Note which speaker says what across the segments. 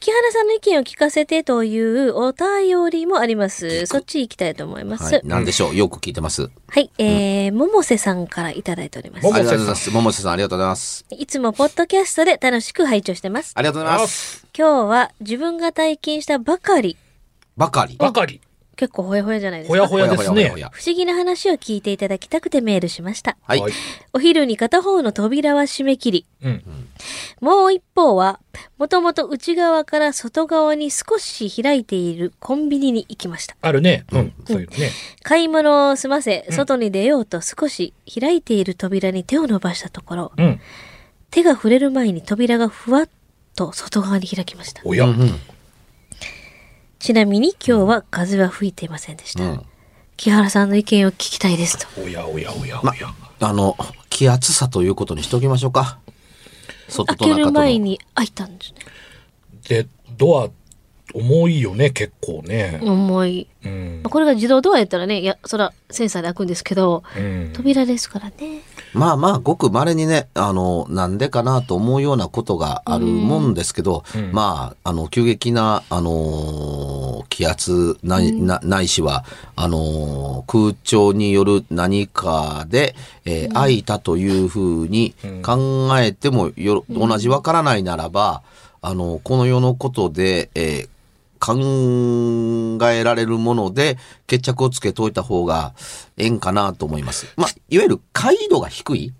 Speaker 1: 木原さんの意見を聞かせてというお便りもありますそっち行きたいと思います
Speaker 2: は
Speaker 1: はいい、、
Speaker 2: なんでしょうよく聞いてます
Speaker 1: えー、桃瀬さんからいただいております
Speaker 2: あ
Speaker 3: 桃
Speaker 2: りが
Speaker 3: 瀬
Speaker 2: と
Speaker 3: さん
Speaker 2: うございます桃瀬さんありがとうございます
Speaker 1: いつもポッドキャストで楽しく拝聴してます
Speaker 2: ありがとうございます
Speaker 1: 今日は自分が体験したばかり
Speaker 2: ばかり
Speaker 3: ばかり、
Speaker 1: 結構ほやほやじゃないです
Speaker 3: ほ
Speaker 1: か
Speaker 3: やほやです
Speaker 2: ほや
Speaker 3: ね
Speaker 2: ほ。や
Speaker 1: 不思議な話を聞いていただきたくてメールしました
Speaker 2: はい、
Speaker 3: はい
Speaker 1: お昼に片方の扉は閉め切り
Speaker 3: うん。
Speaker 1: もう一方は、もともと内側から外側に少し開いているコンビニに行きました。
Speaker 3: あるね。うん。そういうのね。
Speaker 1: 買い物を済ませ、
Speaker 3: ん
Speaker 1: 外に出ようと少し開いている扉に手を伸ばしたところ、
Speaker 3: うん。
Speaker 1: 手が触れる前に扉がふわっと外側に開きました。
Speaker 3: おや。
Speaker 1: ちなみに今日は風は吹いていませんでした。
Speaker 2: うん
Speaker 1: 木原さんの意見を聞きたいですと。
Speaker 3: おやおやおやお
Speaker 2: ま
Speaker 3: や。
Speaker 2: あの気圧差ということにしておきましょうか
Speaker 1: 開
Speaker 2: 外と
Speaker 1: け
Speaker 2: 中
Speaker 1: る
Speaker 2: との
Speaker 1: 前に開いたんですね。
Speaker 3: で、ドア、重いよね、結構ね。
Speaker 1: 重い。
Speaker 3: うん
Speaker 1: まあ。これが自動ドアやったらね、いや、そらセンサーで開くんですけど、
Speaker 3: うん。
Speaker 1: 扉ですからね。
Speaker 2: まあまあ、ごく稀にね、あの、なんでかなと思うようなことがあるもんですけど、
Speaker 3: ん
Speaker 2: まあ、あの、急激な、あのー気圧ない、なないしは、あのー空調による何かで、えー空いたというふうに考えてもよ、同じわからないならば、あの、この世のことで、えー考えられるもので決着をつけといた方がええんかなと思います。まあ、いわゆる解度が低い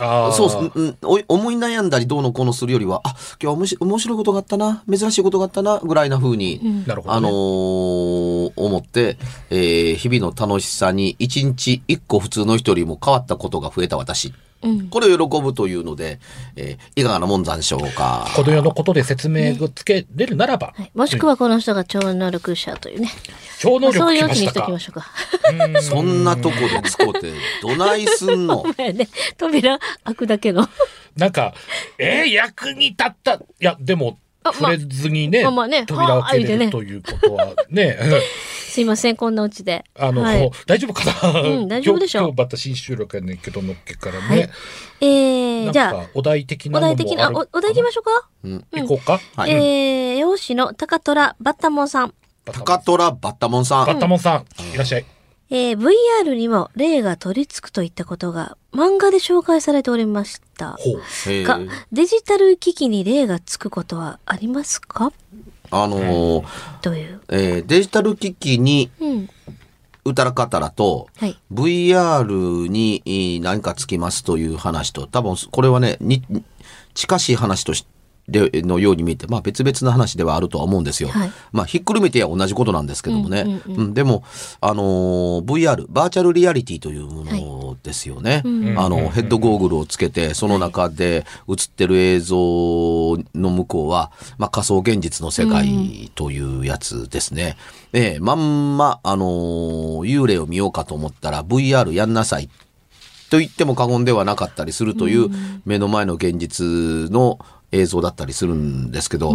Speaker 3: ああ。
Speaker 2: そうそううんおい思い悩んだりどうのこうのするよりは、あ、今日は面白面白いことがあったな、珍しいことがあったな、ぐらいな風に、
Speaker 3: なるほど、ね。
Speaker 2: あのー思って、えー日々の楽しさに一日一個普通の人よりも変わったことが増えた私。
Speaker 1: うん。
Speaker 2: これを喜ぶというので、えーいかがなもんざんでしょうか。
Speaker 3: この世のことで説明をつけれるならば、
Speaker 1: はい、もしくはこの人が超能力者というね。
Speaker 3: 超
Speaker 1: ま
Speaker 3: 能
Speaker 1: あそう
Speaker 3: 力
Speaker 1: い
Speaker 3: 来
Speaker 1: うわけ
Speaker 3: ま
Speaker 1: に
Speaker 3: し
Speaker 1: したとき
Speaker 3: か
Speaker 1: ま。しょうか。
Speaker 3: うん
Speaker 2: そんなとこで使うて、どないすんの
Speaker 1: ね、扉開くだけの。
Speaker 3: なんか、えー、役に立った。いや、でも、
Speaker 1: あ
Speaker 3: 触れずにね、
Speaker 1: まあまあね
Speaker 3: 扉を開けれ
Speaker 1: は
Speaker 3: る
Speaker 1: あ
Speaker 3: ということはね、
Speaker 1: すいません、こんなうちで。
Speaker 3: あの、
Speaker 1: はい、
Speaker 3: 大丈夫かな、
Speaker 1: うん大丈夫でしょう
Speaker 3: 今日今日また新収録やねんけど、のっけからね。
Speaker 1: はいえー、
Speaker 3: なんか
Speaker 1: じゃあ、
Speaker 3: お題的な
Speaker 1: お
Speaker 3: のもあ
Speaker 1: 題
Speaker 3: る
Speaker 1: 的な、あおお題行きましょうか。
Speaker 2: うん
Speaker 3: 行こうか。
Speaker 2: はい
Speaker 1: えー、容姿の高虎バッタモンさん。
Speaker 2: 高虎バッタモンさ
Speaker 3: バッ
Speaker 2: ん。
Speaker 3: タモンさん、いらっしゃい。
Speaker 1: えー、VR にも霊が取り付くといったことが漫画で紹介されておりました。
Speaker 3: ほう。
Speaker 2: え
Speaker 1: が
Speaker 2: ー、
Speaker 1: デジタル機器に霊がつくことはありますか
Speaker 2: あのー
Speaker 1: という。
Speaker 2: えーデジタル機器に
Speaker 1: うん。
Speaker 2: うたらかたらと、
Speaker 1: はい。
Speaker 2: VR にえー何かつきますという話と、多分これはね、に近しい話としでのように見えて、まあ別々の話ではあるとは思うんですよ。
Speaker 1: はい
Speaker 2: まあひっくるめては同じことなんですけどもね。
Speaker 1: うんうん
Speaker 2: うんでも、あのー VR、バーチャルリアリティというものですよね。
Speaker 1: うん
Speaker 2: あ
Speaker 3: うん
Speaker 2: の、ヘッドゴーグルをつけて、その中で映ってる映像の向こうは、まあ仮想現実の世界というやつですね。ええ、まんま、あのー幽霊を見ようかと思ったら VR やんなさいと言っても過言ではなかったりするという目の前の現実の映像だったりするんですけど、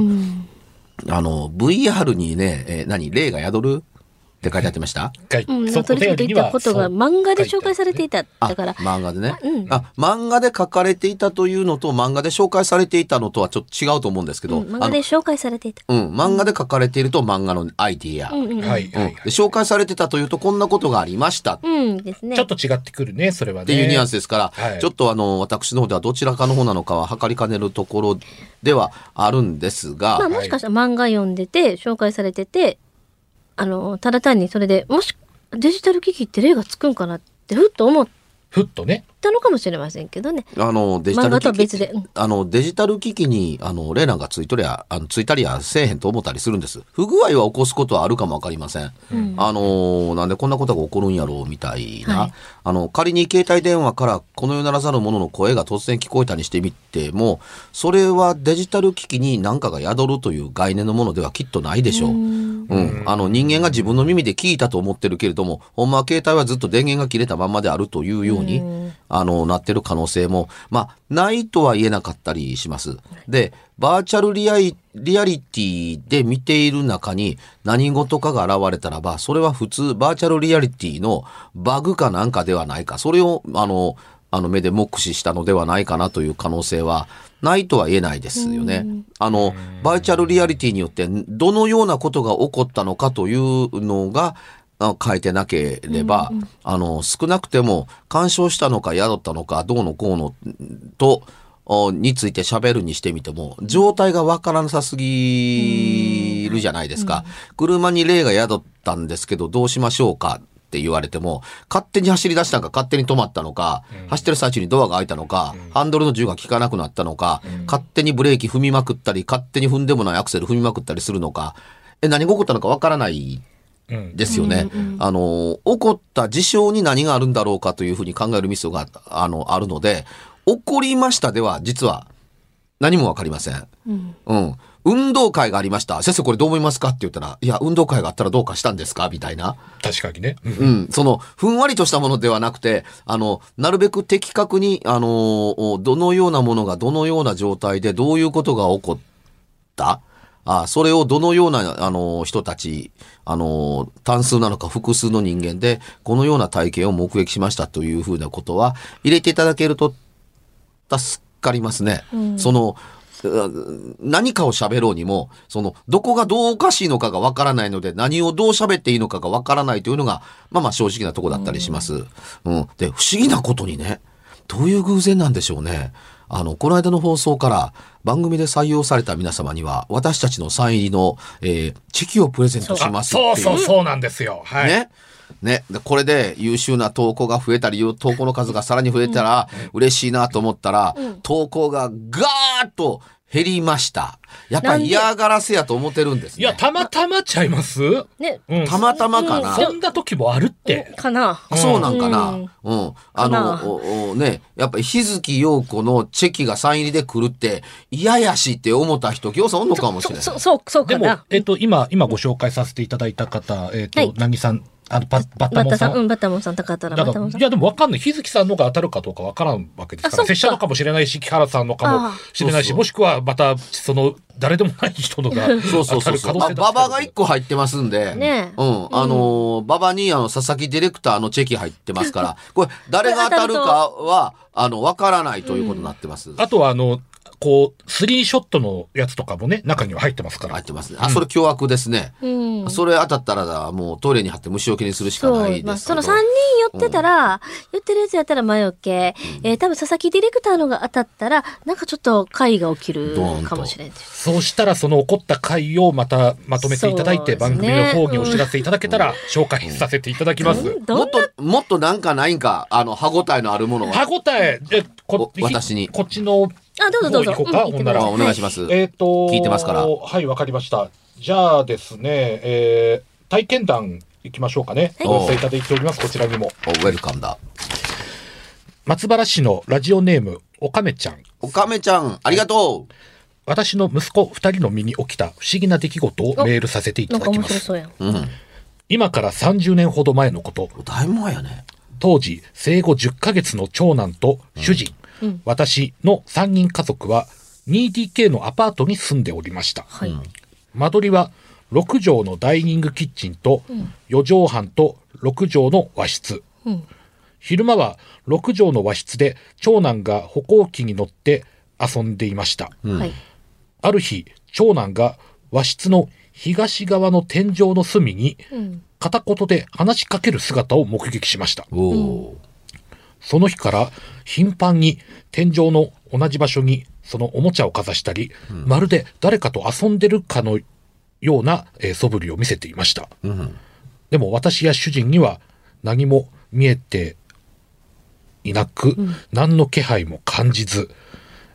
Speaker 2: あの、VR にね、えー何、霊が宿るって書いてあってました
Speaker 3: 一回
Speaker 4: うん、
Speaker 3: そ
Speaker 4: ナトリ君と
Speaker 3: お
Speaker 4: 言
Speaker 3: 便りに
Speaker 4: っ
Speaker 3: は
Speaker 4: たことが
Speaker 3: そう
Speaker 4: 漫画で紹介されていた。
Speaker 2: あ
Speaker 4: だから、
Speaker 2: 漫画でね。
Speaker 4: うん
Speaker 2: あ、漫画で書かれていたというのと、漫画で紹介されていたのとはちょっと違うと思うんですけ
Speaker 4: う
Speaker 2: ど、
Speaker 4: ん漫画で紹介されていた。
Speaker 2: あのうん、漫画で書かれていると漫画のアイディア。
Speaker 4: うんうん。
Speaker 3: はいはいは
Speaker 2: うんで
Speaker 3: い
Speaker 2: 紹介されてたというと、こんなことがありましたっ
Speaker 4: うんですね。
Speaker 3: ちょっと違ってくるねそれはね
Speaker 2: ていうニュアンスですから、
Speaker 3: はい
Speaker 2: ちょっとあの、私の方ではどちらかの方なのかは測りかねるところではあるんですが、
Speaker 4: まあもしかしたら漫画読んでて、紹介されてて、あの、ただ単にそれで、もし、デジタル機器って例がつくんかなって、ふっと思っ
Speaker 3: ふっとね
Speaker 4: たのかもしれませんけどね。
Speaker 2: あの、デジタ
Speaker 4: 漫
Speaker 2: ル
Speaker 4: 画とは
Speaker 2: 機
Speaker 4: 別
Speaker 2: 器、
Speaker 4: で。うん
Speaker 2: あの、デジタル機器に、あの、レーランがついとりゃ、あのついたりやせえへんと思ったりするんです。不具合は起こすことはあるかもわかりません。あのーなんでこんなことが起こるんやろうみたいな、
Speaker 4: はい
Speaker 2: あの、仮に携帯電話からこの世ならざる者の声が突然聞こえたにしてみても、それはデジタル機器に何かが宿るという概念のものではきっとないでしょう。うん、あの人間が自分の耳で聞いたと思ってるけれども、ほんまは携帯はずっと電源が切れたまんまであるというように、あの、なってる可能性も、まあ、ないとは言えなかったりします。で、バーチャルリアイリアリティで見ている中に何事かが現れたらば、それは普通、バーチャルリアリティのバグかなんかではないか、それを、あの、あの目で目視したのではないかなという可能性はないとは言えないですよね。あの、バーチャルリアリティによってどのようなことが起こったのかというのがあ変えてなければ、あの、少なくても干渉したのか宿ったのかどうのこうのと、おについて喋るにしてみても、状態がわからなさすぎるじゃないですか。車に霊が宿ったんですけど、どうしましょうかって言われても、勝手に走り出したのか、勝手に止まったのか、走ってる最中にドアが開いたのか、ハンドルの銃が効かなくなったのか、勝手にブレーキ踏みまくったり、勝手に踏んでもないアクセル踏みまくったりするのか、え、何が起こったのかわからない
Speaker 3: うん
Speaker 2: ですよね。あの、起こった事象に何があるんだろうかというふうに考えるミスが、あの、あるので、起こりましたでは、実は何もわかりません。うん。運動会がありました。先生これどう思いますかって言ったら、いや、運動会があったらどうかしたんですかみたいな。
Speaker 3: 確かにねうん
Speaker 2: うん、その、ふんわりとしたものではなくて、あの、なるべく的確に、あのおどのようなものがどのような状態でどういうことが起こったあそれをどのような、あの人たち、あの単数なのか複数の人間で、このような体験を目撃しましたというふうなことは、入れていただけると助かりますね。その、う何かを喋ろうにも、その、どこがどうおかしいのかがわからないので、何をどう喋っていいのかがわからないというのが、まあまあ正直なとこだったりします。うん。で、不思議なことにね、どういう偶然なんでしょうね。あの、この間の放送から番組で採用された皆様には、私たちのサイン入りの、えーチェキをプレゼントし
Speaker 3: あ
Speaker 2: ますってい
Speaker 3: そうそうそうなんですよはい
Speaker 2: ね。ね。でこれで優秀な投稿が増えたり、投稿の数がさらに増えたら嬉しいなと思ったら、投稿がガーッと減りました。やっぱり嫌がらせやと思ってるんです
Speaker 3: い
Speaker 2: ね。
Speaker 3: やたまたまちゃいます
Speaker 4: ね、
Speaker 3: うん
Speaker 2: たまたまかな。
Speaker 3: そんな時もあるって
Speaker 4: かな。
Speaker 2: あそうなんかな。
Speaker 4: う
Speaker 2: うんん。あ
Speaker 4: かな
Speaker 2: の、おおね、やっぱり日月陽子のチェキがサイン入りで来るって、嫌やしいって思った人、ぎょうさんおんのかもしれない。
Speaker 4: そ、そう、そう
Speaker 3: で
Speaker 4: か
Speaker 3: も
Speaker 4: な、。
Speaker 3: えっと、今、今ご紹介させていただいた方、えっ
Speaker 4: は
Speaker 3: と
Speaker 4: い、
Speaker 3: なぎさん、あの、ババ
Speaker 4: バ
Speaker 3: ッタ
Speaker 4: ッ
Speaker 3: モン
Speaker 4: タ
Speaker 3: さ。
Speaker 4: さん、うんん、バッタモンさん、高田
Speaker 3: だ
Speaker 4: バッ
Speaker 3: か
Speaker 4: タ
Speaker 3: ら
Speaker 4: モン
Speaker 3: い
Speaker 4: さん。
Speaker 3: や、でもわかんない。日月さんのが当たるかどうかわからんわけですか
Speaker 4: あそ
Speaker 3: ら、
Speaker 4: っか
Speaker 3: 拙者のかもしれないし、木原さんのかもしれないし、
Speaker 2: ああ
Speaker 3: もしくはまた、その、誰でもない人のが
Speaker 2: そう
Speaker 3: 当
Speaker 2: そう
Speaker 3: た
Speaker 2: そう
Speaker 3: る
Speaker 2: そ
Speaker 3: 可
Speaker 2: う。
Speaker 3: 能
Speaker 2: まあ、
Speaker 3: 性
Speaker 2: 馬場が1
Speaker 3: 一
Speaker 2: 個入ってますんで。
Speaker 4: ねえ
Speaker 2: うん。あのー、馬場に、あの、佐々木ディレクターのチェキ入ってますから、これ、誰が当たるかは、あの、わからないということになってます。
Speaker 3: あとは、あの、こう、スリーショットのやつとかもね、中には入ってますか
Speaker 2: 入っ
Speaker 3: ら。
Speaker 2: てますね。あ、それ凶悪ですね。
Speaker 4: うん。
Speaker 2: それ当たったら、もうトイレに貼って虫除けにするしか
Speaker 4: そ
Speaker 2: な
Speaker 4: う、
Speaker 2: いですけど。
Speaker 4: まあ、その3人寄ってたら、寄ってるやつやったら前置け、えー多分佐々木ディレクターのが当たったら、なんかちょっと会が起きる
Speaker 2: ドーンと
Speaker 4: かもしれんです。
Speaker 3: そうしたら、その起こった回をまたまとめていただいて、
Speaker 4: そうで
Speaker 3: 番
Speaker 4: すね
Speaker 3: 組の方にお知らせいただけたら、紹介させていただきます。
Speaker 4: ど
Speaker 2: もっ
Speaker 4: んな、
Speaker 2: と、もっとなんかないんか、あの、歯応えのあるものは。
Speaker 3: 歯応え、え、こ
Speaker 2: お私に
Speaker 3: こっちの
Speaker 4: あ、どうぞどうぞ。
Speaker 3: もう行こうか
Speaker 4: ん行って
Speaker 3: ほんなら
Speaker 4: くだ
Speaker 2: あ
Speaker 4: さい
Speaker 2: お願いします。
Speaker 3: えっ、と
Speaker 2: 聞いてますから
Speaker 3: はい、わかりました。じゃあですね、えー体験談行きましょうかね。
Speaker 4: はい
Speaker 3: お寄せいただいております、こちらにも。
Speaker 2: おウェルカムだ。
Speaker 3: 松原市のラジオネーム、おかめちゃん。
Speaker 2: おかめちゃん、ありがと
Speaker 3: 私の息子2人の身に起きた不思議な出来事をメールさせてい
Speaker 4: な
Speaker 3: た
Speaker 4: ん
Speaker 3: だ
Speaker 4: か
Speaker 3: き
Speaker 4: 面
Speaker 3: ま
Speaker 4: 白
Speaker 3: す。
Speaker 4: そうやん。
Speaker 2: う。うん。
Speaker 3: 今から30年ほど前のこと、
Speaker 2: だいぶ前やね。
Speaker 3: 当時生後10ヶ月の長男と主人、私の3人家族は 2DK のアパートに住んでおりました。
Speaker 4: はい。
Speaker 3: 間取りは6畳のダイニングキッチンと4畳半と6畳の和室、昼間は6畳の和室で長男が歩行器に乗って遊んでいました、
Speaker 4: はい。
Speaker 3: ある日長男が和室の東側の天井の隅に
Speaker 1: うん。
Speaker 3: 片言で話しかける姿を目撃しました
Speaker 2: おお、
Speaker 3: その日から頻繁に天井の同じ場所にそのおもちゃをかざしたり、まるで誰かと遊んでるかのような、えー素振りを見せていました。
Speaker 2: うん、
Speaker 3: でも私や主人には何も見えていなく、何の気配も感じず、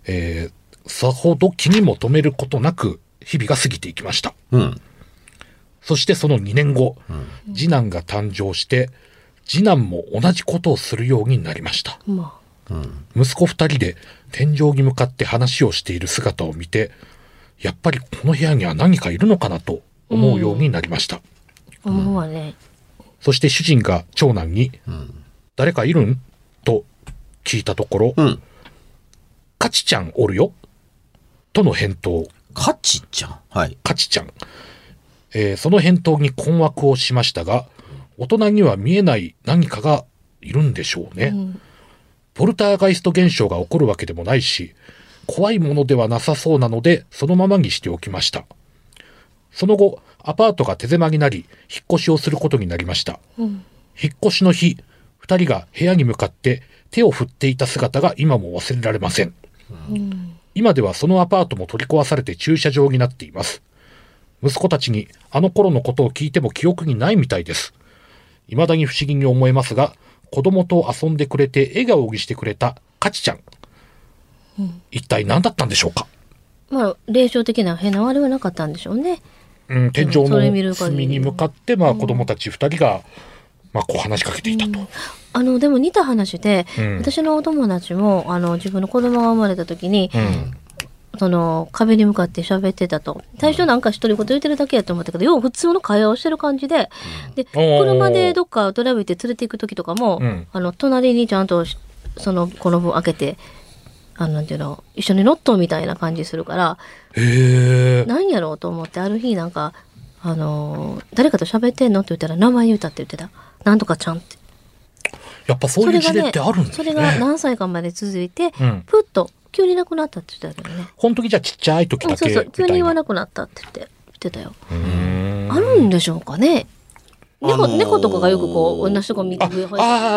Speaker 3: えーさほど気にも留めることなく日々が過ぎていきました。
Speaker 2: うん、
Speaker 3: そしてその2年後、次男が誕生して、次男も同じことをするようになりました。
Speaker 4: ま
Speaker 3: 息子二人で天井に向かって話をしている姿を見て、やっぱりこの部屋には何かいるのかなと思うようになりました。
Speaker 4: あ、思うわね。
Speaker 3: そして主人が長男に、
Speaker 2: ん
Speaker 3: 誰かいるんと聞いたところ、
Speaker 2: うん。
Speaker 3: カチちゃんおるよとの返答、
Speaker 2: カチちゃん。はい。
Speaker 3: カチちゃん。えーその返答に困惑をしましたが、大人には見えない何かがいるんでしょうね。
Speaker 1: ん
Speaker 3: ポルターガイスト現象が起こるわけでもないし、怖いものではなさそうなので、そのままにしておきました。その後、アパートが手狭になり、引っ越しをすることになりました。引っ越しの日、二人が部屋に向かって手を振っていた姿が今も忘れられません。今ではそのアパートも取り壊されて駐車場になっています。息子たちにあの頃のことを聞いても記憶にないみたいです。未だに不思議に思えますが、子供と遊んでくれて笑顔にしてくれたカチちゃん。一体何だったんでしょうか
Speaker 1: まあ、霊障的な変なあれはなかったんでしょうね。
Speaker 3: うん、天井
Speaker 1: でもそれ見る
Speaker 3: の
Speaker 1: 限り
Speaker 3: 隅に向かって、まあ子供たち二人が、まあこう話しかけていたと。
Speaker 1: あの、でも似た話で、
Speaker 3: うん
Speaker 1: 私のお友達も、あの、自分の子供が生まれた時に、
Speaker 3: うん。
Speaker 1: その、壁に向かって喋ってたと。最初なんか独り言言ってるだけやと思ったけど、よう普通の会話をしてる感じで、で、
Speaker 3: おー
Speaker 1: 車でどっかドライブ行って連れて行く時とかも、
Speaker 3: うん
Speaker 1: あの、隣にちゃんとし、その、この分開けて、あの、なんていうの、一緒に乗っとみたいな感じするから、
Speaker 3: へえ。
Speaker 1: なんやろうと思って、ある日なんか、あのー誰かと喋ってんのって言ったら、名前言うたって言ってた。なんとかちゃんって。
Speaker 3: やっぱそういう事例ってあるんです
Speaker 1: そ
Speaker 3: ね。
Speaker 1: れが何歳かまで続いて、
Speaker 3: うん
Speaker 1: プッと急になくなったって言ってたけどね。
Speaker 3: 本当にじゃあちっちゃい時
Speaker 1: う
Speaker 3: だ
Speaker 1: ん、そ
Speaker 3: け
Speaker 1: う
Speaker 3: み
Speaker 1: そ、
Speaker 3: たいう
Speaker 1: 急に言わ
Speaker 3: な。
Speaker 1: なくなったって言って言ってたよ。
Speaker 3: うーん
Speaker 1: あるんでしょうかね。猫、
Speaker 2: あのー
Speaker 1: 猫とかがよくこう、同じとこ見て
Speaker 3: ああ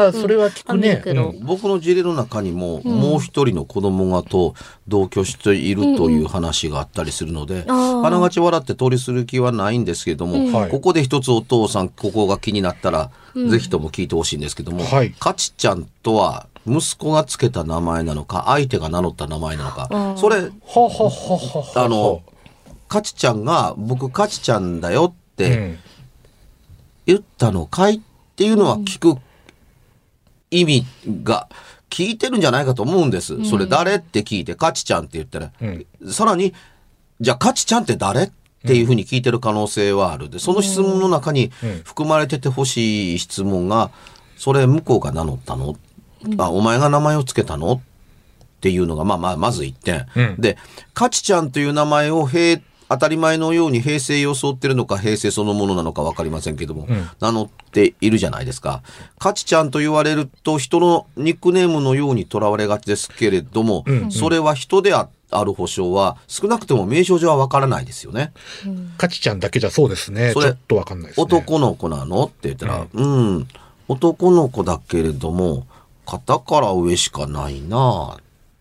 Speaker 3: ー、それは聞くね。
Speaker 1: あるけど
Speaker 3: うん
Speaker 2: 僕の事例の中にも、もう一人の子供がと同居しているという話があったりするので、
Speaker 1: あー
Speaker 2: あながち笑って通りする気はないんですけども、
Speaker 3: はい
Speaker 2: ここで一つお父さん、ここが気になったら、ぜひとも聞いてほしいんですけども、
Speaker 3: はい
Speaker 2: かちちゃんとは、息子がつけた名前なのか、相手が名乗った名前なのか、それ、
Speaker 3: ははははは。
Speaker 2: あの、かちちゃんが、僕、かちちゃんだよっ
Speaker 3: う
Speaker 2: て
Speaker 3: ん。
Speaker 2: 言ったのかいっていうのは聞く意味が、聞いてるんじゃないかと思うんです。それ誰って聞いて、かちちゃんって言ったら、
Speaker 3: うん
Speaker 2: さらに、じゃあ、かちちゃんって誰っていうふうに聞いてる可能性はある。で、その質問の中に
Speaker 3: ん
Speaker 2: 含まれててほしい質問が、それ向こうが名乗ったのあ、お前が名前をつけたのっていうのが、まあまあ、まず一点。
Speaker 3: うん
Speaker 2: で、かちちゃんという名前を平、当たり前のように平成装ってるのか平成そのものなのかわかりませんけども、
Speaker 3: ん
Speaker 2: 名乗っているじゃないですか。かちちゃんと言われると人のニックネームのようにとらわれがちですけれども、
Speaker 3: うん
Speaker 2: それは人であある保証は少なくとも名称上はわからないですよね。
Speaker 3: カチちゃんだけじゃそうですね。ち
Speaker 2: そ
Speaker 3: ょ
Speaker 2: れ
Speaker 3: っとわかんないですね。
Speaker 2: 男の子なのって言ったら、うん、男の子だけれども、肩から上しかないなあっ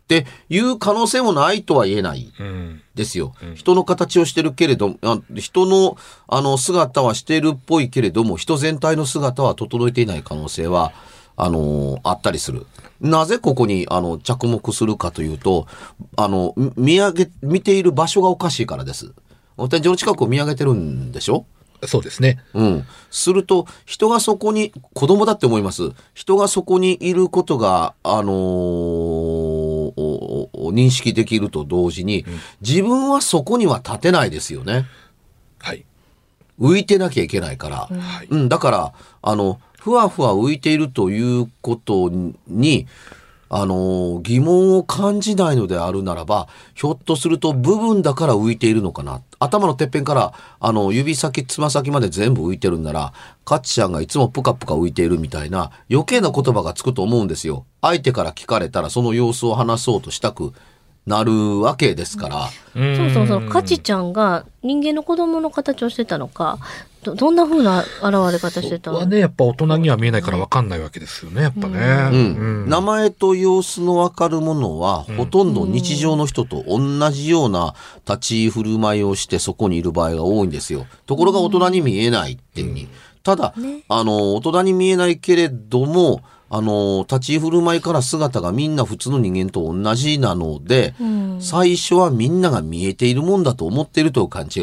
Speaker 2: ていう可能性もないとは言えない
Speaker 3: うん。
Speaker 2: ですよ。人の形をしてるけれども、あ人のあの姿はしてるっぽいけれども、人全体の姿は整えていない可能性は、あのあったりする。なぜここに、あの、着目するかというと、あの、み見上げ、見ている場所がおかしいからです。お天井の近くを見上げてるんでしょ
Speaker 3: そうですね。
Speaker 2: うん。すると、人がそこに、子供だって思います。人がそこにいることが、あのーおお認識できると同時に、自分はそこには立てないですよね。
Speaker 3: はい。
Speaker 2: 浮いてなきゃいけないから。
Speaker 3: はい。
Speaker 2: うん、だから、あの、ふわふわ浮いているということに、あの、疑問を感じないのであるならば、ひょっとすると部分だから浮いているのかな。頭のてっぺんから、あの、指先、つま先まで全部浮いてるんなら、カッチちゃんがいつもプカプカ浮いているみたいな余計な言葉がつくと思うんですよ。相手から聞かれたらその様子を話そうとしたくなるわけですから。
Speaker 3: うん
Speaker 1: そもそもそのカチちゃんが人間の子供の形をしてたのか、どどんな風な現れ方してた
Speaker 3: そ
Speaker 1: の
Speaker 3: こはね、やっぱ大人には見えないから分かんないわけですよね、やっぱね。
Speaker 2: うん
Speaker 3: うん
Speaker 2: 名前と様子のわかるものは、ほとんど日常の人と同じような立ち居振る舞いをしてそこにいる場合が多いんですよ。ところが大人に見えないっていうふうに。ただ、あの、大人に見えないけれども、あの、立ち居振る舞いから姿がみんな普通の人間と同じなので、
Speaker 1: うん
Speaker 2: 最初はみんなが見えているもんだと思っているという勘違い。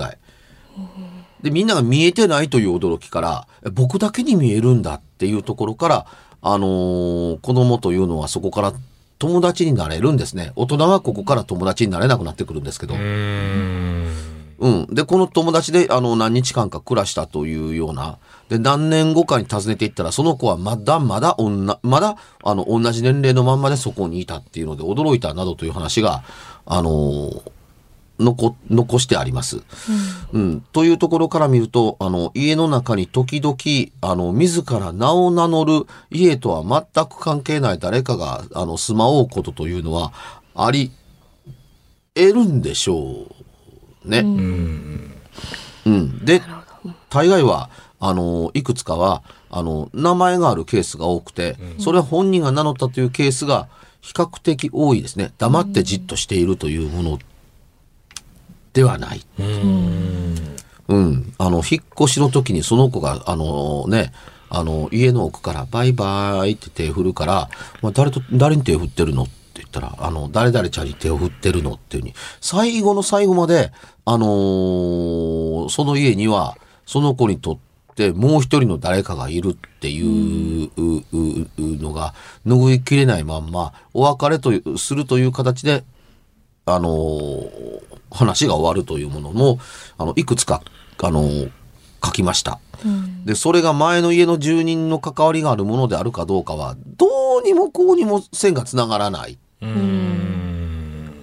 Speaker 2: で、みんなが見えてないという驚きから、え僕だけに見えるんだっていうところから、あのー子供というのはそこから友達になれるんですね。大人はここから友達になれなくなってくるんですけど。うん。で、この友達で、あの、何日間か暮らしたというような。で、何年後かに訪ねていったら、その子はまだまだ女、まだ、あの、同じ年齢のまんまでそこにいたっていうので、驚いたなどという話が、あのー残、残してあります。うん。というところから見ると、あの、家の中に時々、あの、自ら名を名乗る、家とは全く関係ない誰かが、あの、住まおうことというのは、あり、得るんでしょうね。うん、で大概はあのいくつかはあの名前があるケースが多くて、それは本人が名乗ったというケースが比較的多いですね黙ってじっとしているというものではない。うん、あの引っ越しの時にその子があのねあの家の奥から「バイバイ」って手振るから「まあ、誰と誰に手振ってるの?」って言ったら「あの誰々ちゃんに手を振ってるの?」っていうふうに最後の最後まで、あのーその家にはその子にとってもう一人の誰かがいるっていううううのが拭いきれないまんまお別れというするという形であのー話が終わるというものも、あの、いくつか、あのー書きました。で、それが前の家の住人の関わりがあるものであるかどうかは、どうにもこうにも線がつながらない。うん。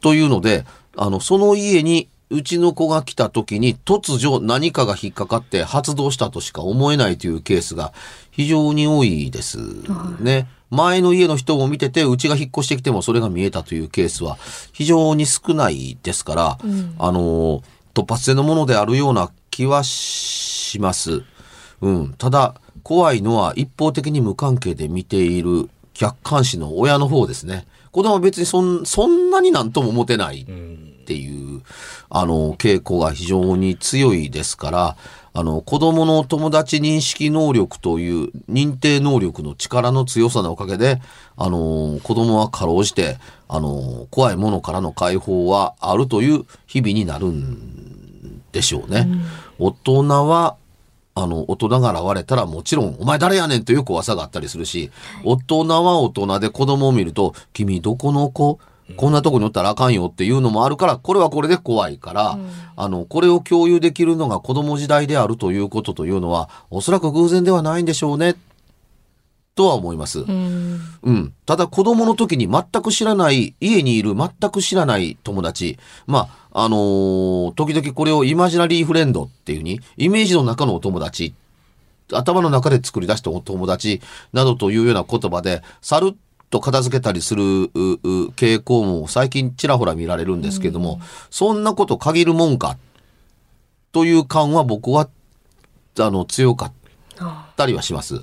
Speaker 2: というので、あの、その家に、うちの子が来た時に突如何かが引っかかって発動したとしか思えないというケースが非常に多いですね。前の家の人を見てて、うちが引っ越してきてもそれが見えたというケースは非常に少ないですから、あの、突発性のものであるような気はします。うん。ただ、怖いのは一方的に無関係で見ている客観視の親の方ですね。子供は別にそんそんなになんとも思ってないっていう、あの、傾向が非常に強いですから、あの、子供の友達認識能力という認定能力の力の強さのおかげで、あの、子供はかろうじて、あの、怖いものからの解放はあるという日々になるんでしょうね。大人は、あの、大人が現れたらもちろん、お前誰やねんという怖さがあったりするし、大人は大人で子供を見ると、君どこの子こんなとこにおったらあかんよっていうのもあるから、これはこれで怖いから、あの、これを共有できるのが子供時代であるということというのは、おそらく偶然ではないんでしょうね、とは思います。
Speaker 1: うん
Speaker 2: うん。ただ子供の時に全く知らない、家にいる全く知らない友達。まあ、あのー時々これをイマジナリーフレンドっていうに、イメージの中のお友達、頭の中で作り出したお友達などというような言葉で、さるっと片付けたりするうう傾向も最近ちらほら見られるんですけども、そんなこと限るもんか、という感は僕は、あの、強かったりはします。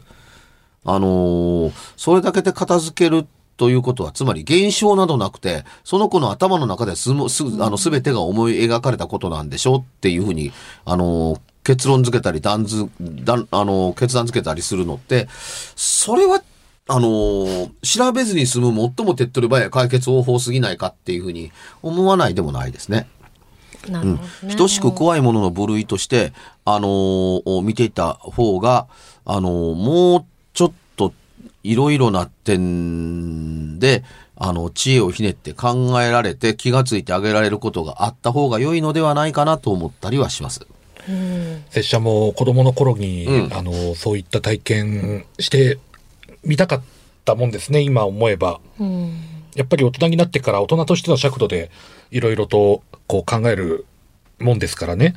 Speaker 2: あのーそれだけで片付けるということは、つまり現象などなくて、その子の頭の中ですもすあの全てが思い描かれたことなんでしょうっていうふうに、あのー結論付けたり断ず断、あのー決断付けたりするのって、それは、あのー調べずに済む最も手っ取り早い解決方法すぎないかっていうふうに思わないでもないですね。
Speaker 1: なるほどね
Speaker 2: 等しく怖いものの部類として、あのー見ていた方が、あのーもうちょっといろいろな点で、あの、知恵をひねって考えられて気がついてあげられることがあった方が良いのではないかなと思ったりはします。
Speaker 3: 拙者も子供の頃に、
Speaker 2: うん
Speaker 3: あのそういった体験してみたかっったもんですね、今思えば。
Speaker 1: うん。
Speaker 3: やっぱり大人になってから大人としての尺度でいろいろとこう考えるもんですからね、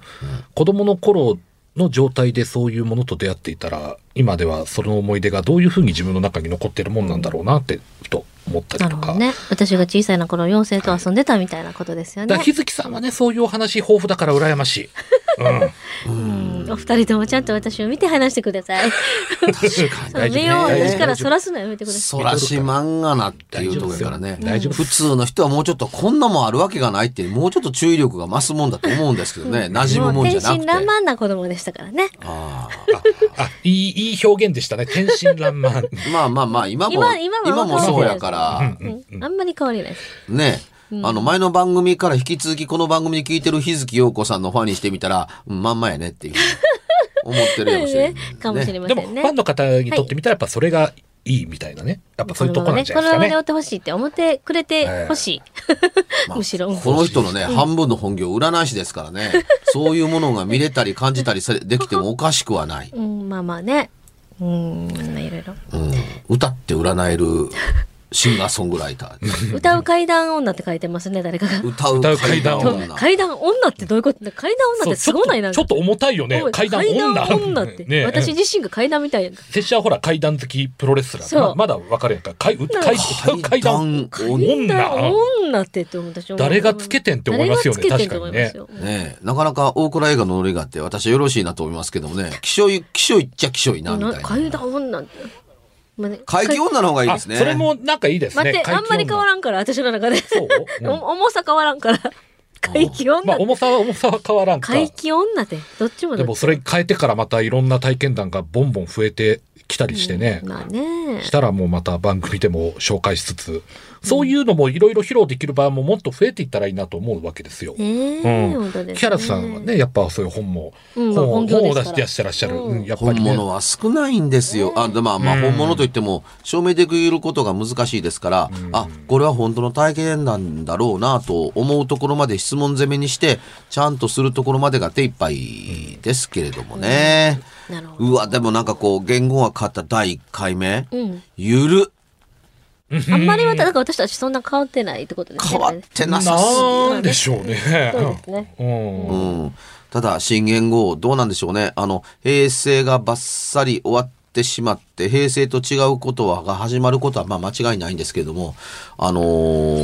Speaker 3: 子供の頃の状態でそういうものと出会っていたら今ではその思い出がどういうふうに自分の中に残ってるもんなんだろうなってふと思った
Speaker 1: な
Speaker 3: り
Speaker 1: る
Speaker 3: と
Speaker 1: ほ
Speaker 3: か。
Speaker 1: どね。私が小さいな頃、妖精と遊んでたみたいなことですよ
Speaker 3: だ
Speaker 1: ね
Speaker 3: から。日月さんはねそういうお話豊富だから羨まし い。うん
Speaker 1: うんお二人ともちゃんと私を見て話してください。
Speaker 2: 確かに
Speaker 1: そう
Speaker 3: 大丈夫
Speaker 1: 目を
Speaker 3: 大丈夫
Speaker 1: 私からそらすのやめてください。
Speaker 2: そらし漫画なっていうところやから
Speaker 3: 大丈夫
Speaker 2: ね
Speaker 3: ですよ大丈夫
Speaker 2: 普通の人はもうちょっとこんなもんあるわけがないってもうちょっと注意力が増すもんだと思うんですけどね馴染む
Speaker 1: も
Speaker 2: も
Speaker 1: うん
Speaker 2: じゃ
Speaker 1: 天真爛
Speaker 2: なくて。
Speaker 1: 漫な子供でしたからね。
Speaker 2: あ
Speaker 3: あいいいい表現でしたね天真爛 漫。
Speaker 2: あまあまあまあ今も
Speaker 1: 今今は
Speaker 2: 今もそうやから
Speaker 1: うんあんまり変わりないです。
Speaker 2: ねあの前の番組から引き続きこの番組で聞いてる日月陽子さんのファンにしてみたらうんまんまやね っていう思ってるやもしれない。
Speaker 1: かもしれま
Speaker 3: で
Speaker 1: せ
Speaker 3: も
Speaker 1: ん
Speaker 3: フ
Speaker 1: ね。
Speaker 3: ァンの方にとってみたらやっぱそれがいいみたいなねやっぱそういうとこなんじゃ
Speaker 1: こ
Speaker 3: ない
Speaker 1: の
Speaker 3: です
Speaker 1: ま
Speaker 3: か
Speaker 1: までお
Speaker 3: ね
Speaker 1: っ。てほしいって思ってくれてほしい。 むしろ。
Speaker 2: この人のね、半分の本業、占い師ですからね、そういうものが見れたり感じたりさできてもおかしくはない。
Speaker 1: うん、まあまあね。うん、まあいろいろ。
Speaker 2: うん、歌って占えるシンガーソングライターです
Speaker 1: 歌う階段女って書いてますね、誰かが。
Speaker 2: 歌う
Speaker 3: 歌う階段
Speaker 2: 女。
Speaker 1: 階段女ってどういうこと階段女
Speaker 3: そ
Speaker 1: って
Speaker 3: う
Speaker 1: すごないなん
Speaker 3: ちょっとちょっと重たいよね
Speaker 1: おい
Speaker 3: 階段女
Speaker 1: 階段女って。
Speaker 3: ねえ
Speaker 1: 私自身が階段みたいやんか。
Speaker 3: 拙者はほら階段好きプロレスラー
Speaker 1: そ
Speaker 3: ま
Speaker 1: う
Speaker 3: まだ分かるやんか階階階階
Speaker 2: 階
Speaker 3: 段
Speaker 2: 段
Speaker 1: 階段
Speaker 3: 女
Speaker 1: 女ってって思う私思う
Speaker 3: 誰がつけてんって思いますよね
Speaker 1: 誰がつけてんって思いますよ
Speaker 2: ねえ、なかなか大倉映画のノリがあって、私はよろしいなと思いますけどもね、気象い、気象いっちゃ気象いな、みたいな。
Speaker 1: 階段女って。まあね
Speaker 2: 怪奇女の方がいい
Speaker 3: あ
Speaker 2: ですね。
Speaker 3: それもなんかいいですね
Speaker 1: 待って、あんまり変わ
Speaker 3: ん
Speaker 1: らんから、私の中で。
Speaker 3: そう、うん
Speaker 1: お重さ変わらんから。怪奇女
Speaker 3: まあ重さは重さは変わらんか
Speaker 1: 怪奇女って、どっちもどっち
Speaker 3: でもそれ変えてからまたいろんな体験談がボンボン増えてきたりしてね、
Speaker 1: まあね
Speaker 3: し。たらもうまた番組でも紹介しつつそういうのもいろいろ披露できる場合ももっと増えていったらいいなと思うわけですよ。
Speaker 1: ねえ、
Speaker 3: うん
Speaker 1: 本当です、ね。
Speaker 3: キャラさんはね、やっぱそういう本も、
Speaker 1: うん
Speaker 3: 本を
Speaker 1: 本業
Speaker 3: 本
Speaker 1: で
Speaker 3: を
Speaker 1: す
Speaker 3: 出
Speaker 1: から
Speaker 3: してらっしゃらっしゃる。
Speaker 1: うん
Speaker 3: うんやっぱ
Speaker 2: 本
Speaker 3: り、ね、
Speaker 2: 物は少ないんですよ。あ、でまあまあ本物といっても証明できることが難しいですから、あ、これは本当の体験なんだろうなと思うところまで質問攻めにして、ちゃんとするところまでが手一杯ですけれどもね。
Speaker 1: なるほど。
Speaker 2: うわ、でもなんかこう、言語が変わった第1回目。
Speaker 1: うん。
Speaker 2: ゆる。
Speaker 1: あんまりまた、なんか私たちそんな変わってないってことですね。
Speaker 2: 変わってなさす
Speaker 3: なんでしょうね。
Speaker 1: そうですね。
Speaker 3: うん
Speaker 2: ぎ。うん。ただ、新元号、どうなんでしょうね。あの、平成がバッサリ終わってしまって、平成と違うことは、が始まることは、まあ間違いないんですけれども、あの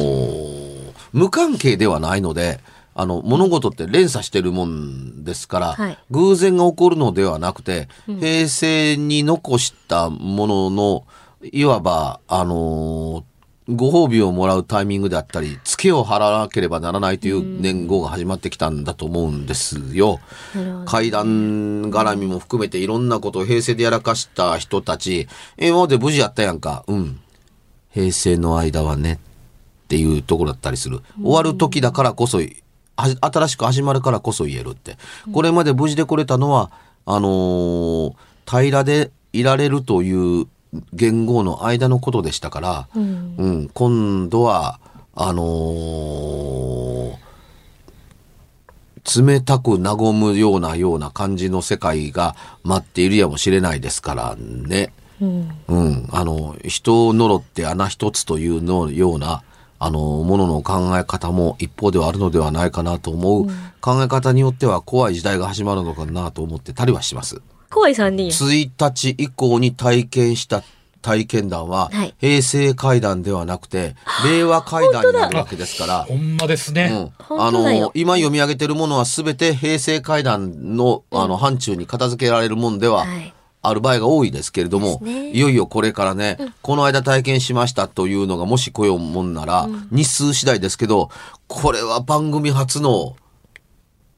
Speaker 2: ー無関係ではないので、あの、物事って連鎖してるもんですから、
Speaker 1: はい
Speaker 2: 偶然が起こるのではなくて、平成に残したものの、いわば、あのーご褒美をもらうタイミングであったり、ツケを払わなければならないという年号が始まってきたんだと思うんですよ。
Speaker 1: なるほど。
Speaker 2: 階段絡みも含めていろんなことを平成でやらかした人たち、今まで無事やったやんか。うん。平成の間はね、っていうところだったりする。終わる時だからこそ、はじ新しく始まるからこそ言えるって。これまで無事で来れたのは、あのー平らでいられるという言語の間のことでしたから、
Speaker 1: うん。
Speaker 2: うん、今度は、あのー冷たく和むようなような感じの世界が待っているやもしれないですからね。
Speaker 1: うん。
Speaker 2: うん、あの、人を呪って穴一つというのような、あの、ものの考え方も一方ではあるのではないかなと思う、考え方によっては怖い時代が始まるのかなと思ってたりはします。
Speaker 1: 怖い三人や。
Speaker 2: 1日以降に体験した体験談は、
Speaker 1: はい
Speaker 2: 平成会談ではなくて、令和会談になるわけですから、
Speaker 3: ほんまですね。
Speaker 2: う
Speaker 1: 本
Speaker 2: ん、あ
Speaker 1: 当だよ
Speaker 2: の今読み上げてるものは全て平成会談のあの範疇に片付けられるもんでは
Speaker 1: はい
Speaker 2: ある場合が多いですけれども、
Speaker 1: ですね
Speaker 2: いよいよこれからね、この間体験しましたというのがもし来ようもんなら、日数次第ですけどこれは番組初の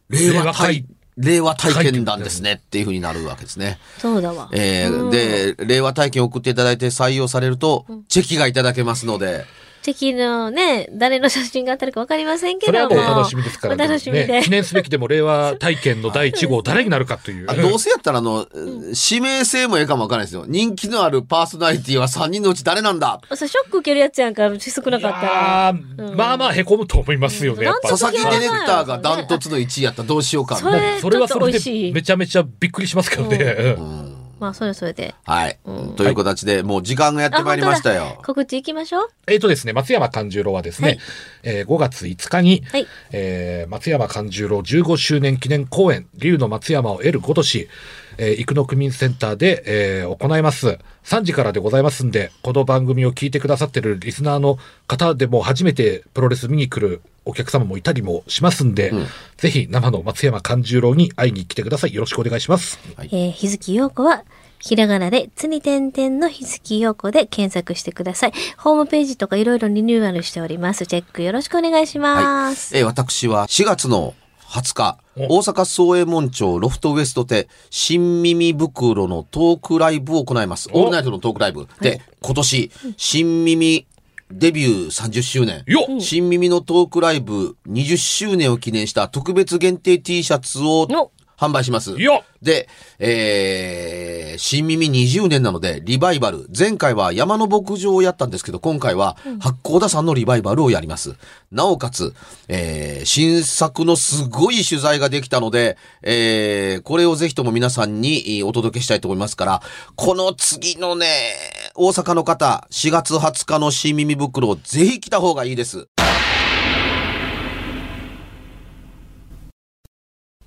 Speaker 2: 令和体令和体験談ですねっていうふうになるわけですね。
Speaker 1: そうだわ。
Speaker 2: えーで、令和体験送っていただいて採用されると、チェキがいただけますので、
Speaker 1: 敵のね、誰の写真が当たるかわかりませんけ
Speaker 3: それは
Speaker 1: ど
Speaker 3: も
Speaker 1: も。
Speaker 3: うお楽しみですから
Speaker 1: お楽しみで。
Speaker 3: 記念すべきでも令和体験の第1号誰になるかという。
Speaker 2: あどうせやったらあの、指名性もええかもわからないですよ。人気のあるパーソナリティは3人のうち誰なんだ
Speaker 1: そうショック受けるやつやんか、少なかったら。
Speaker 3: あーまあまあへこむと思いますよね。やっぱ
Speaker 1: なん
Speaker 2: 佐
Speaker 1: と
Speaker 2: 々
Speaker 1: か
Speaker 2: 木ディレクターがダントツの1位やったらどうしようかみたい
Speaker 1: そ
Speaker 2: な
Speaker 1: れ
Speaker 3: それはそれ
Speaker 1: ちょっと美味し
Speaker 3: で
Speaker 1: い
Speaker 3: めちゃめちゃびっくりしますけどね。うん
Speaker 1: まあそれはそれで。
Speaker 2: はい。という形で、もう時間がやってまいりましたよ。
Speaker 1: 告知行きましょう。
Speaker 3: えっ、とですね、松山勘十郎はですね、
Speaker 1: はい
Speaker 3: えー5月5日に、
Speaker 1: はい
Speaker 3: えー松山勘十郎15周年記念公演、竜の松山を得るごとし、えー、生野区民センターで、えー行います。3時からでございますんで、この番組を聞いてくださってるリスナーの方でも初めてプロレス見に来るお客様もいたりもしますんで、ぜひ生の松山勘十郎に会いに来てください。よろしくお願いします。
Speaker 1: えー日月陽子は、ひらがなで、つに点々の日月陽子で検索してください。ホームページとかいろいろリニューアルしております。チェックよろしくお願いします。
Speaker 2: えー私は4月の20日、大阪総衛門町ロフトウエストで新耳袋のトークライブを行います。
Speaker 3: お
Speaker 2: オールナイトのトークライブ。で、今年、新耳デビュー30周年。
Speaker 3: よっ
Speaker 2: 新耳のトークライブ20周年を記念した特別限定 T シャツを
Speaker 1: お
Speaker 2: 販売します。
Speaker 3: よっ
Speaker 2: で、えー、新耳20年なので、リバイバル。前回は山の牧場をやったんですけど、今回は八甲田山のリバイバルをやります。なおかつ、えー、新作のすごい取材ができたので、えー、これをぜひとも皆さんにえーお届けしたいと思いますから、この次のね、大阪の方、4月20日の新耳袋、ぜひ来た方がいいです。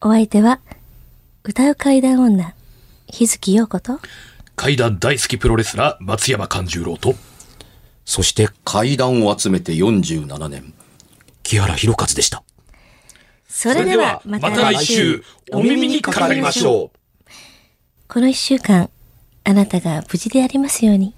Speaker 1: お相手は、歌う階段女、日月陽子と、
Speaker 3: 怪談大好きプロレスラー松山勘十郎と
Speaker 5: そして、
Speaker 2: 怪談を集めて47年。
Speaker 5: 木原博一でした。
Speaker 1: それではまた来週、
Speaker 3: お耳にかかりましょう
Speaker 1: この一週間、あなたが無事でありますように。